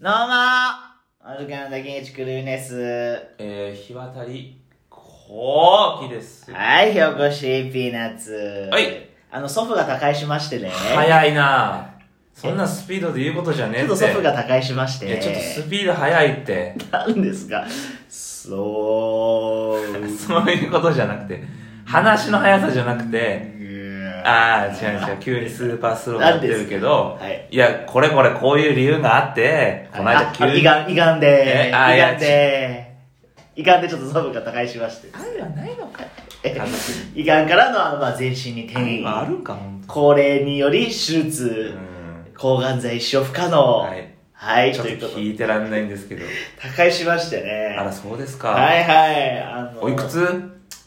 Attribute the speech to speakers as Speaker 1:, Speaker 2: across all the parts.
Speaker 1: どうもアルカの竹内くるみです。
Speaker 2: えー、日渡り、
Speaker 1: こ
Speaker 2: きです。
Speaker 1: はい、ひょこしピーナッツ。
Speaker 2: はい。
Speaker 1: あの、祖父が他界しましてね。
Speaker 2: 早いなそんなスピードで言うことじゃ
Speaker 1: ち
Speaker 2: ねえ
Speaker 1: ょ
Speaker 2: っ。
Speaker 1: ってと祖父が他界しまして。
Speaker 2: いや、ちょっとスピード早いって。
Speaker 1: なんですが、そう。
Speaker 2: そういうことじゃなくて。話の速さじゃなくて、あー、違う違う、急にスーパースローになってるけど、
Speaker 1: はい。
Speaker 2: いや、これこれこういう理由があって、この間急
Speaker 1: あ
Speaker 2: に。
Speaker 1: 胃がん、胃がんで、
Speaker 2: え
Speaker 1: 胃
Speaker 2: あ
Speaker 1: がんで、胃がんでちょっと祖父が他界しまして。
Speaker 2: 愛はないのか
Speaker 1: え胃がんからの、あの、まあ、全身に転
Speaker 2: 愛
Speaker 1: 移。
Speaker 2: はあるんか、ほんと。
Speaker 1: 高齢により手
Speaker 2: う
Speaker 1: 術、
Speaker 2: ん。
Speaker 1: 抗がん剤一生不可能。
Speaker 2: は
Speaker 1: はいい。
Speaker 2: ちょっ
Speaker 1: と
Speaker 2: と
Speaker 1: いうことで、
Speaker 2: 聞いてらんないんですけど。
Speaker 1: 他界しましてね。
Speaker 2: あら、そうですか。
Speaker 1: はいはい。あの
Speaker 2: おいくつ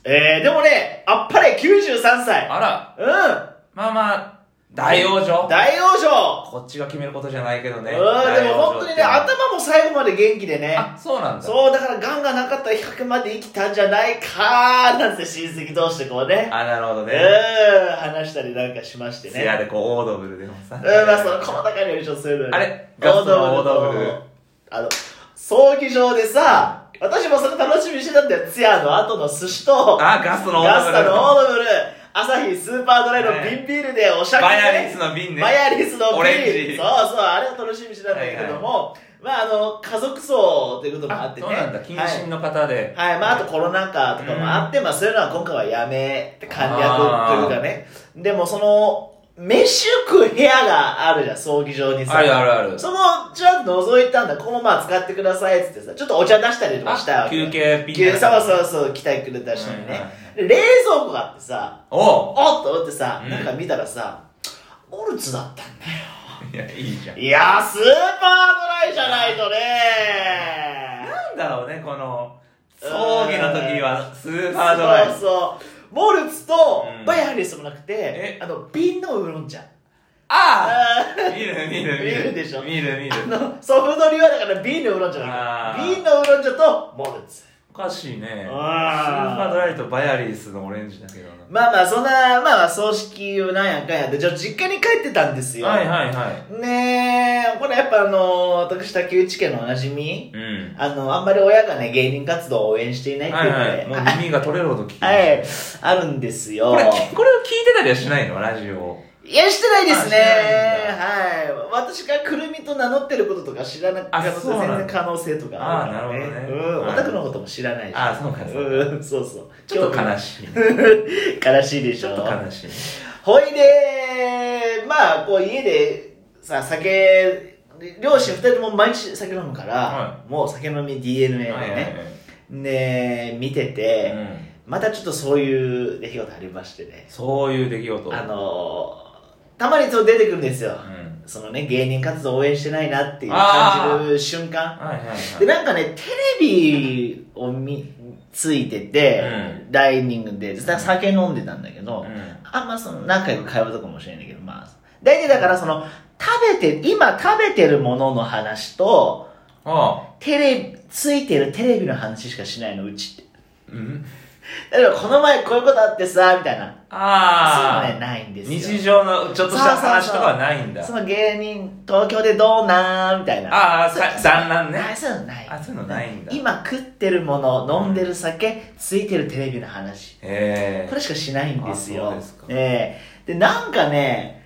Speaker 1: えー、でもね、あっぱれ93歳。
Speaker 2: あら、
Speaker 1: う
Speaker 2: まあまあ、大往生
Speaker 1: ん。大往生。
Speaker 2: こっちが決めることじゃないけど
Speaker 1: う
Speaker 2: ね。
Speaker 1: ん、でも本当にね、
Speaker 2: 大往生って
Speaker 1: 頭も最後まで元気でね。
Speaker 2: あ、そうなんだ。
Speaker 1: そう、だから、癌がなかったら100まで生きたんじゃないかー、なんて親戚同士でこうね。
Speaker 2: あ、なるほど
Speaker 1: うん、
Speaker 2: ね。
Speaker 1: 話したりなんかしまして
Speaker 2: せや
Speaker 1: ね。
Speaker 2: でこう、オードブルでもさ。
Speaker 1: うん、まあ、その、細かいよりちょっとそういうのね
Speaker 2: あれガスのオードブル
Speaker 1: とあの、葬儀場でさ、私もそれ楽しみにしてたんだよ。ツヤの後の寿司と、
Speaker 2: あ、ガスのオ
Speaker 1: ガ
Speaker 2: ー
Speaker 1: ス
Speaker 2: ドブ
Speaker 1: タ
Speaker 2: ル。
Speaker 1: のオードブル、朝日スーパードライの瓶ビールでおしゃれ、
Speaker 2: バヤリスの瓶ね。
Speaker 1: マヤリスの
Speaker 2: オレン
Speaker 1: 瓶
Speaker 2: ジ
Speaker 1: そうそう、あれを楽しみにしてたんだけれども、まああの、家族葬ということもあ
Speaker 2: あ
Speaker 1: っ、てね。
Speaker 2: そうなんだ。謹慎の方で。
Speaker 1: はい。はい、まああとコロナ禍とかもあって、まあそういうのは今回はやめって簡略というかね。でもその、飯食う部屋があるじゃん、葬儀場にさ。
Speaker 2: あるあるある。
Speaker 1: そこをちゃんと覗いたんだ。ここもまあ使ってくださいっつってさ、ちょっとお茶出したりとかした
Speaker 2: あ
Speaker 1: わ、けよ。
Speaker 2: 休憩ピ
Speaker 1: 休そう
Speaker 2: う。
Speaker 1: そうそう、来てくれた人に
Speaker 2: はいは
Speaker 1: ね。で冷蔵庫があってさ、
Speaker 2: おう
Speaker 1: おっと思ってさ、
Speaker 2: うん
Speaker 1: なんか見たらさ、オルツだったんだよ。
Speaker 2: いや、いいじゃん。
Speaker 1: いやー、スーパードライじゃないとね
Speaker 2: なんだろうね、この、葬儀の時はスーパードライ
Speaker 1: そう。そう。モルツと
Speaker 2: うん
Speaker 1: バイハリスもなくて
Speaker 2: え、
Speaker 1: あの、瓶のウーロン茶。
Speaker 2: あ
Speaker 1: あ
Speaker 2: あ見る見る見る。
Speaker 1: 見るでしょ
Speaker 2: 見る見る。
Speaker 1: ーあの、ソフトリはだから瓶のウーロン茶な
Speaker 2: あ
Speaker 1: の。
Speaker 2: ー
Speaker 1: 瓶のウーロン茶とモルツ。
Speaker 2: おかしいね。スー
Speaker 1: あー
Speaker 2: パードライとバイアリースのオレンジだけどな。
Speaker 1: まあまあ、そんな、まあまあ、葬式をなんやかんやで、ちょっと実家に帰ってたんですよ。
Speaker 2: はいはいはい。
Speaker 1: ねえ、これやっぱあのー、私、竹内家のおなじみ、
Speaker 2: うん。
Speaker 1: あの、あんまり親がね、芸人活動を応援していないって
Speaker 2: はいはいい。
Speaker 1: う
Speaker 2: も
Speaker 1: の
Speaker 2: う
Speaker 1: で、
Speaker 2: 耳が取れるほど聞きま
Speaker 1: は
Speaker 2: し
Speaker 1: い、あるんですよ
Speaker 2: こ。れ、きこれを聞いてたりはしないのラジオを。
Speaker 1: いや、してないですね。
Speaker 2: あ
Speaker 1: はい。私がくるみと名乗ってることとか知らな
Speaker 2: あ
Speaker 1: くて、
Speaker 2: そうなんだ
Speaker 1: 全然可能性とかるから
Speaker 2: あなるほど
Speaker 1: う
Speaker 2: ね
Speaker 1: ん。
Speaker 2: は
Speaker 1: オ
Speaker 2: い
Speaker 1: タクのことも知らないし。
Speaker 2: ああ、そうかそうか。
Speaker 1: うん、そうそう。
Speaker 2: ちょっと
Speaker 1: 悲
Speaker 2: 悲しい。
Speaker 1: しい。 悲しいでし
Speaker 2: ち
Speaker 1: ょ
Speaker 2: ょっ。と悲しい。
Speaker 1: ほいで、まあ、こう家で、さ、酒、両親二人とも毎日酒飲むから、
Speaker 2: は
Speaker 1: もう酒飲み DNA でね。
Speaker 2: はいはいはい
Speaker 1: ね見てて、
Speaker 2: うん
Speaker 1: またちょっとそういう出来事ありましてね
Speaker 2: そういう出来事。
Speaker 1: あのー、たまにそう出てくるんですよ
Speaker 2: うん
Speaker 1: そのね芸人活動応援してないなっていう感じる瞬間
Speaker 2: はいはいは
Speaker 1: で
Speaker 2: い。
Speaker 1: なんかねテレビを見ついてて、ダイニングでさ酒飲んでたんだけど、
Speaker 2: うん
Speaker 1: あんまその仲良く会話とかもしれないんだけどまあ大体だからその食べて今食べてるものの話と
Speaker 2: ああ。
Speaker 1: テレビついてるテレビの話しかしないのうちって
Speaker 2: うん
Speaker 1: だからこの前こういうことあってさ、みたいな。そういうのね、
Speaker 2: ああ。
Speaker 1: ないんですよ。
Speaker 2: 日常のちょっとした話とかはないんだ。
Speaker 1: その芸人、東京でどうなんみたいな。
Speaker 2: ああ、
Speaker 1: そう
Speaker 2: さ産卵
Speaker 1: な
Speaker 2: ね。
Speaker 1: いそういうのない。
Speaker 2: あ、そういうのないんだ。へ
Speaker 1: 今食ってるもの、飲んでる酒、ついてるテレビの話。
Speaker 2: え
Speaker 1: こ。れしかしないんですよ。
Speaker 2: あそうですか
Speaker 1: ええで、なんかね、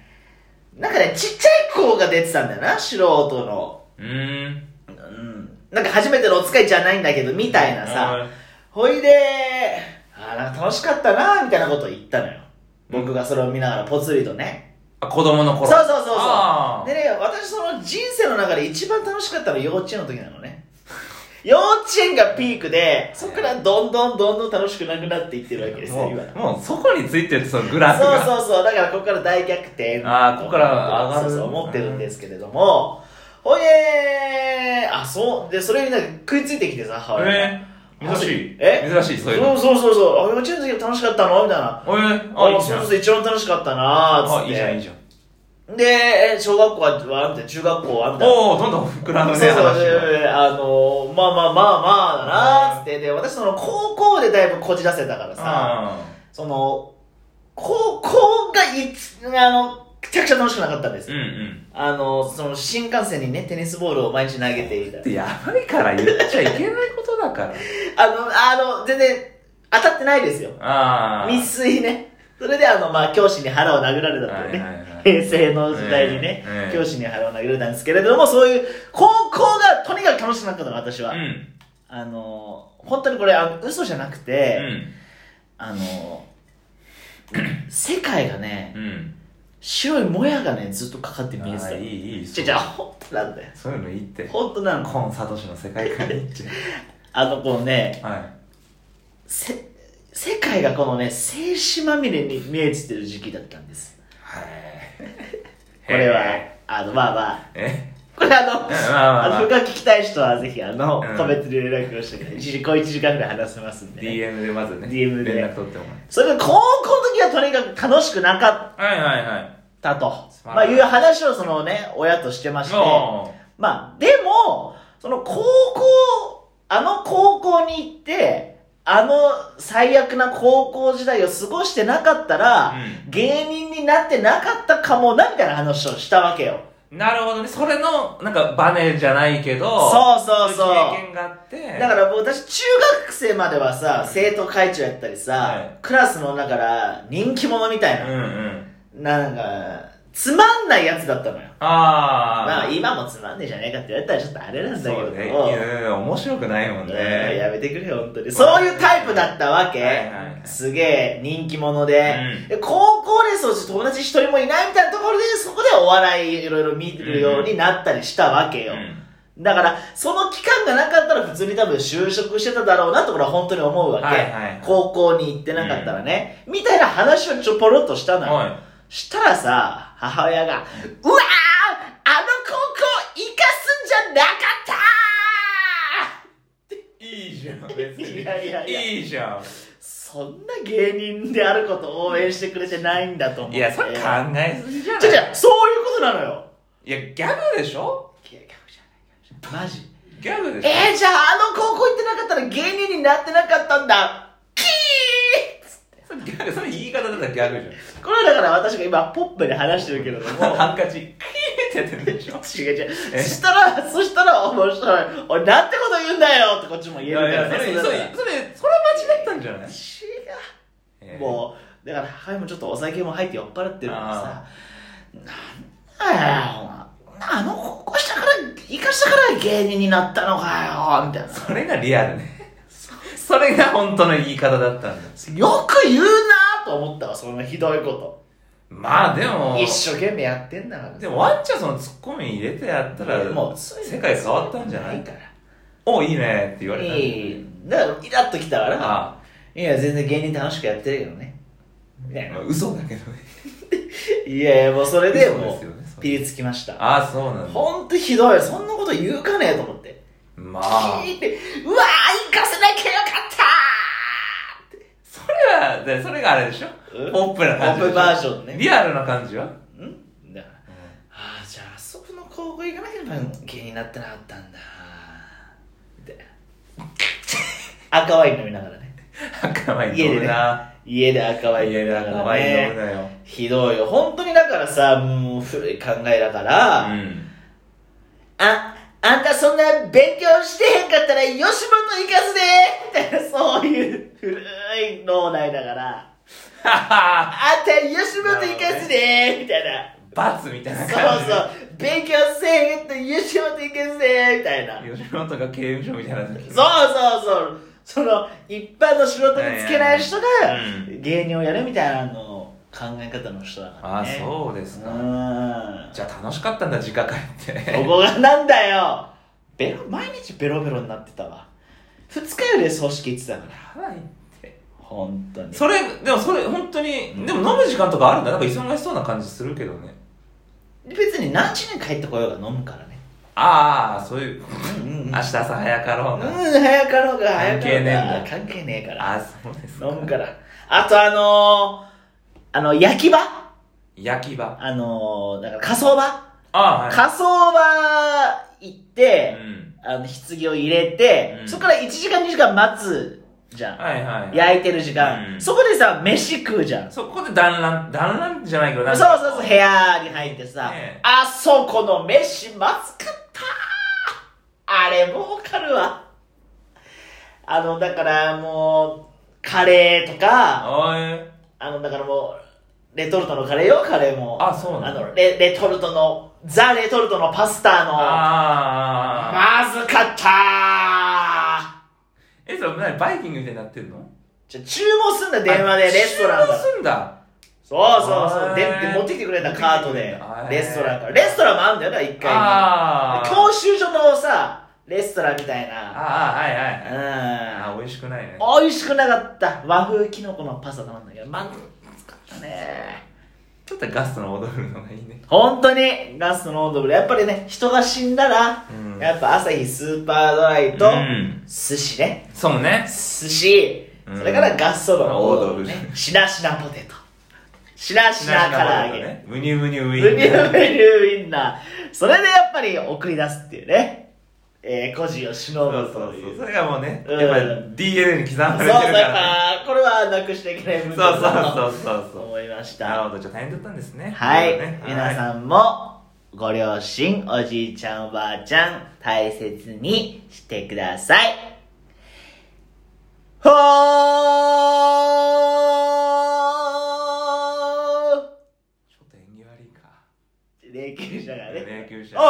Speaker 1: なんかね、ちっちゃい子が出てたんだよな、素人の。
Speaker 2: うーん。
Speaker 1: うん。なんか初めてのお使いじゃないんだけど、みたいなさ。
Speaker 2: うん。
Speaker 1: ほいで、あーなんか楽しかったなーみたいなことを言ったのよ。僕がそれを見ながらぽつりとね。
Speaker 2: あ、子供の
Speaker 1: そう
Speaker 2: 頃。
Speaker 1: そうそうそ
Speaker 2: あ
Speaker 1: う。
Speaker 2: ー
Speaker 1: でね、私その人生の中で一番楽しかったのは幼稚園の時なのね。 幼稚園がピークで、そこからどんどんどんどん楽しくなくなっていってるわけですよ、
Speaker 2: も
Speaker 1: 今。
Speaker 2: う、もうそこについてるそのグラフ
Speaker 1: そう
Speaker 2: が。
Speaker 1: そうそう、だからここから大逆転。
Speaker 2: あーここから上がる
Speaker 1: そうそう、思ってるんですけれども。ほいで、あ、そう、で、それになんか食いついてきてさ、母親が。
Speaker 2: えー珍しい。
Speaker 1: え
Speaker 2: 珍しい、そういうの。
Speaker 1: そうそうそうそう、あ、幼稚園の時楽しかったのみたいな。
Speaker 2: え
Speaker 1: あ
Speaker 2: あ、いいじゃん
Speaker 1: そう。そう一番楽しかったなーっ
Speaker 2: あ、
Speaker 1: つ
Speaker 2: い
Speaker 1: っ
Speaker 2: いじゃん、いい
Speaker 1: て
Speaker 2: じゃん。
Speaker 1: でえ小学校はあんた中学校はあんた
Speaker 2: おお、どんどん膨らむね、
Speaker 1: そうそう
Speaker 2: 話が。
Speaker 1: であのまあまあまあまあだなーっつってで私その高校でだいぶこじらせたからさ
Speaker 2: あ
Speaker 1: その高校がいつあのちゃくちゃ楽しくなかったんです
Speaker 2: うんうん
Speaker 1: あのその新幹線にねテニスボールを毎日投げていた
Speaker 2: でやばいから言っちゃいけないことだから
Speaker 1: あのあの全然当たってないですよ
Speaker 2: ああ
Speaker 1: 未遂ねそれであのまあ教師に腹を殴られたっていうね、
Speaker 2: はいはいはい
Speaker 1: 平成の時代にね、
Speaker 2: ええええ
Speaker 1: 教師に腹を殴られたんですけれどもそういう高校がとにかく楽しくなかったの私は、
Speaker 2: うん
Speaker 1: あの本当にこれあの嘘じゃなくて、
Speaker 2: うん
Speaker 1: あの 世界がね
Speaker 2: うん
Speaker 1: 白いもやがねずっとかかって見えて
Speaker 2: あ
Speaker 1: た
Speaker 2: ーいいいい
Speaker 1: ちゃちゃ本当なんだよ
Speaker 2: そういうのいいって
Speaker 1: 本当なの
Speaker 2: コンサトシの世界観に行っちゃ
Speaker 1: あのこうね
Speaker 2: うはい
Speaker 1: せ世界がこのね静止まみれに見えてる時期だったんです
Speaker 2: はい
Speaker 1: これは
Speaker 2: へ
Speaker 1: あのまあまあ
Speaker 2: ーえ
Speaker 1: これあの、
Speaker 2: まあまあまあ
Speaker 1: あの、僕が聞きたい人はぜひ、あの、
Speaker 2: うん
Speaker 1: コメントで連絡をしてください。一時、小1時間ぐらい話せますんで、ね。
Speaker 2: DM でまずね
Speaker 1: DM で
Speaker 2: 連絡取ってもら
Speaker 1: それで、高校の時はとにかく楽しくなかっ
Speaker 2: うはいはいはい
Speaker 1: たと、
Speaker 2: 素晴らしい
Speaker 1: まあ、いう話をそのね、親としてまして、
Speaker 2: おー
Speaker 1: まあ、でも、その高校、あの高校に行って、あの最悪な高校時代を過ごしてなかったら、
Speaker 2: う
Speaker 1: 芸人になってなかったかもな、みたいな話をしたわけよ。
Speaker 2: なるほどねそれのなんかバネじゃないけど
Speaker 1: そうそうそう
Speaker 2: い経験があって
Speaker 1: だから僕私中学生まではさ生徒会長やったりさ、
Speaker 2: はい
Speaker 1: クラスの中から人気者みたいな、
Speaker 2: うんうん
Speaker 1: なんかつまんないやつだったのよ
Speaker 2: ああ
Speaker 1: まあ今もつまんねえじゃねえかって言われたらちょっとあれなんだけ
Speaker 2: そ
Speaker 1: ど
Speaker 2: うねいやいや面白くないもんね
Speaker 1: うんやめてくれよ本当にそういうタイプだったわけ、
Speaker 2: はいはいはい
Speaker 1: すげえ人気者で,、
Speaker 2: うん
Speaker 1: で高校でそうして友達一人もいないみたいなところでそこでお笑いいろいろ見るようになったりしたわけよ、
Speaker 2: うん
Speaker 1: だから、その期間がなかったら普通に多分就職してただろうなって俺は本当に思うわけ。
Speaker 2: はいはい
Speaker 1: 高校に行ってなかったらね。みたいな話をちょぽろっとしたのよ。
Speaker 2: は
Speaker 1: したらさ、母親が、うわーあの高校生かすんじゃなかった
Speaker 2: いいいじゃん別に
Speaker 1: いやいやいや
Speaker 2: いいじゃ
Speaker 1: ーそんな芸人であることを応援してくれてないんだと思っ
Speaker 2: ん
Speaker 1: て。
Speaker 2: いやそれ考えすぎじゃない
Speaker 1: ちょちょ、そういうことなのよ。
Speaker 2: いやギャグでしょ
Speaker 1: いや逆じゃないマジ
Speaker 2: ギャグでしょ
Speaker 1: えー、じゃああの高校行ってなかったら芸人になってなかったんだキー
Speaker 2: それギャグそれ言い方だったらギャグじ
Speaker 1: これはだから私が今ポップで話してるけれど
Speaker 2: ゃん
Speaker 1: も
Speaker 2: ハンカチキーってやってるでしょ
Speaker 1: 違う違うそしたらそしたら面白いおいなんてこと言うんだよってこっちも言え
Speaker 2: い
Speaker 1: るか
Speaker 2: やい
Speaker 1: ら
Speaker 2: や
Speaker 1: ね
Speaker 2: それそ
Speaker 1: そ
Speaker 2: れそ
Speaker 1: れ
Speaker 2: れ
Speaker 1: なら
Speaker 2: それ間違ったんじゃない
Speaker 1: 違うもうだから母親もちょっとお酒も入って酔っ払ってるからさなんだよあの高校したから生かしたから芸人になったのかよみたいな
Speaker 2: それがリアルねそれが本当の言い方だったんだ
Speaker 1: よく言うなと思ったわそんなひどいこ
Speaker 2: まあでも
Speaker 1: と一生懸命やってんだから
Speaker 2: でもワンちゃんそのツッコミ入れてやったら
Speaker 1: もう
Speaker 2: 世界変わったんじゃない
Speaker 1: から
Speaker 2: おいいねって言われたんだよね
Speaker 1: いいだからイラッときたから
Speaker 2: あ
Speaker 1: いや全然芸人楽しくやってるけどねみたい
Speaker 2: あ
Speaker 1: な
Speaker 2: 嘘だけどね
Speaker 1: いやいやもうそれで
Speaker 2: そうで
Speaker 1: も
Speaker 2: すよねそう
Speaker 1: うピリつきました
Speaker 2: ああそうなんだ
Speaker 1: ほんとひどいそんなこと言うかねえと思って
Speaker 2: まあ
Speaker 1: 聞いてうわー行かせなきゃよかったーって
Speaker 2: それはでそれがあれでしょ
Speaker 1: うん
Speaker 2: ポップな感じでしょ
Speaker 1: ポップバージョンね
Speaker 2: リアルな感じは
Speaker 1: んだからああじゃああそこの高校行かなければ芸人になってなかったんだみたいな 赤ワイン飲みながらね
Speaker 2: 赤ワイン
Speaker 1: 家
Speaker 2: 飲
Speaker 1: で
Speaker 2: む
Speaker 1: ね
Speaker 2: な
Speaker 1: 家で赤ワイン
Speaker 2: 家
Speaker 1: 飲み
Speaker 2: で
Speaker 1: なが
Speaker 2: 赤
Speaker 1: ら
Speaker 2: ワイン飲む
Speaker 1: ね
Speaker 2: なよ
Speaker 1: ひどいよ本当にだからさもう古い考えだから、
Speaker 2: うん
Speaker 1: あ、あんたそんな勉強してへんかったら吉本行かすでみたいな、そういう古い脳内だから、
Speaker 2: はは
Speaker 1: あ
Speaker 2: は
Speaker 1: んた吉本行かすでみたいな。
Speaker 2: 罰みたいな
Speaker 1: そう
Speaker 2: 感 じ
Speaker 1: そう、勉強せへんと吉本行かすでみたいな。
Speaker 2: う吉本が刑務所みたいな
Speaker 1: そ
Speaker 2: 時
Speaker 1: うそうそう、その、一般の仕事につけない人が
Speaker 2: う
Speaker 1: 芸人をやるみたいなのを考え方の人だから、
Speaker 2: ああ
Speaker 1: ね。う
Speaker 2: そうです
Speaker 1: う
Speaker 2: か
Speaker 1: ん。
Speaker 2: じゃあ楽しかったんだ実家帰っ
Speaker 1: こ
Speaker 2: て
Speaker 1: こがなんだよベロ毎日ベロベロになってたわ二日より葬式行ってたから
Speaker 2: やばいって
Speaker 1: 本当に
Speaker 2: それでもそれ本当にでも飲む時間とかあるんだなんか忙しそうな感じするけどね
Speaker 1: 別に何時に帰ってこようが飲むからね
Speaker 2: ああそういう
Speaker 1: うんうんうん、うん、
Speaker 2: 明日朝早かろうが
Speaker 1: 早かろうが早かろ
Speaker 2: 関係
Speaker 1: う
Speaker 2: ねえんだ
Speaker 1: が関係ねえから
Speaker 2: ああそうです
Speaker 1: 飲むからあとあのー、あの焼き場
Speaker 2: 焼き場
Speaker 1: あのー、だから火葬場、
Speaker 2: ああはい
Speaker 1: 火葬場行って、
Speaker 2: うん
Speaker 1: あの棺を入れて、
Speaker 2: うん
Speaker 1: そこから1時間2時間待つじゃん。
Speaker 2: はいはい。
Speaker 1: 焼いてる時間、
Speaker 2: うん
Speaker 1: そこでさ、飯食うじゃん。
Speaker 2: そこで団らん、団らんじゃないけど、なん
Speaker 1: そう
Speaker 2: か
Speaker 1: そうそう、部屋に入ってさ、
Speaker 2: ねえ
Speaker 1: あそこの飯まずかったあれもうかるわ。あの、だからもう、カレーとか、
Speaker 2: おい。
Speaker 1: あの、だからもう、レトルトのカレーよ、カレーも。
Speaker 2: あそうな
Speaker 1: あ
Speaker 2: んだ
Speaker 1: のレ、レトルトの、ザ・レトルトのパスタの、
Speaker 2: ああ。
Speaker 1: まずかった
Speaker 2: え、それ、なにバイキングみたいになってるの
Speaker 1: じゃ、注文すんだ、電話で、レストラン
Speaker 2: 注
Speaker 1: だ
Speaker 2: 文。すんだ。
Speaker 1: そうそうそう。
Speaker 2: へ
Speaker 1: で、
Speaker 2: ー
Speaker 1: で持ってきてくれたカートで
Speaker 2: へー、
Speaker 1: レストランから。レストランもあるんだよな、一階に。
Speaker 2: ああ。
Speaker 1: 教習所のさ、レストランみたい
Speaker 2: あ
Speaker 1: な。
Speaker 2: あ、はいはいはい。
Speaker 1: う
Speaker 2: あー美味しくないね。
Speaker 1: ん。美味しくなかった。和風キノコのパスタ頼んだけど、まずかったね。
Speaker 2: ちょっとガストの踊るのがいいね。
Speaker 1: 本当に、ガストの温度ブレやっぱりね、人が死んだら、
Speaker 2: うん
Speaker 1: やっぱ朝日スーパードライと、
Speaker 2: うん
Speaker 1: 寿司ね。
Speaker 2: そうね。
Speaker 1: 寿司、
Speaker 2: うん
Speaker 1: それからガストのオードブル
Speaker 2: オードブ
Speaker 1: ね。
Speaker 2: ル
Speaker 1: しなしなポテト。しなしな唐揚げ。
Speaker 2: ね。むにゅむにゅウ
Speaker 1: ウ
Speaker 2: ィ
Speaker 1: ニュ
Speaker 2: ン。
Speaker 1: ウニュウインナー。それでやっぱり送り出すっていうね。えー、孤児を
Speaker 2: そ
Speaker 1: 忍
Speaker 2: う
Speaker 1: ぶ
Speaker 2: そう
Speaker 1: と
Speaker 2: そ。
Speaker 1: いうう。
Speaker 2: それがもうね、
Speaker 1: うん
Speaker 2: やっぱ DNA に刻
Speaker 1: そ
Speaker 2: ま
Speaker 1: う
Speaker 2: れて
Speaker 1: そう、だか
Speaker 2: るか。
Speaker 1: らら、これはなくしていけない
Speaker 2: そ
Speaker 1: 部
Speaker 2: う
Speaker 1: 分
Speaker 2: そう
Speaker 1: だと
Speaker 2: そうそうそう。
Speaker 1: 思いまし
Speaker 2: なる
Speaker 1: た。
Speaker 2: ほど、じゃあ大変だったんですね。
Speaker 1: はい
Speaker 2: なるほどね。
Speaker 1: 皆
Speaker 2: はい
Speaker 1: さんも、ご両親、おじいちゃん、おばあちゃん、大切にしてください。ほー
Speaker 2: ちょっと演技悪いか。
Speaker 1: 霊柩車がね。
Speaker 2: 霊柩車
Speaker 1: おー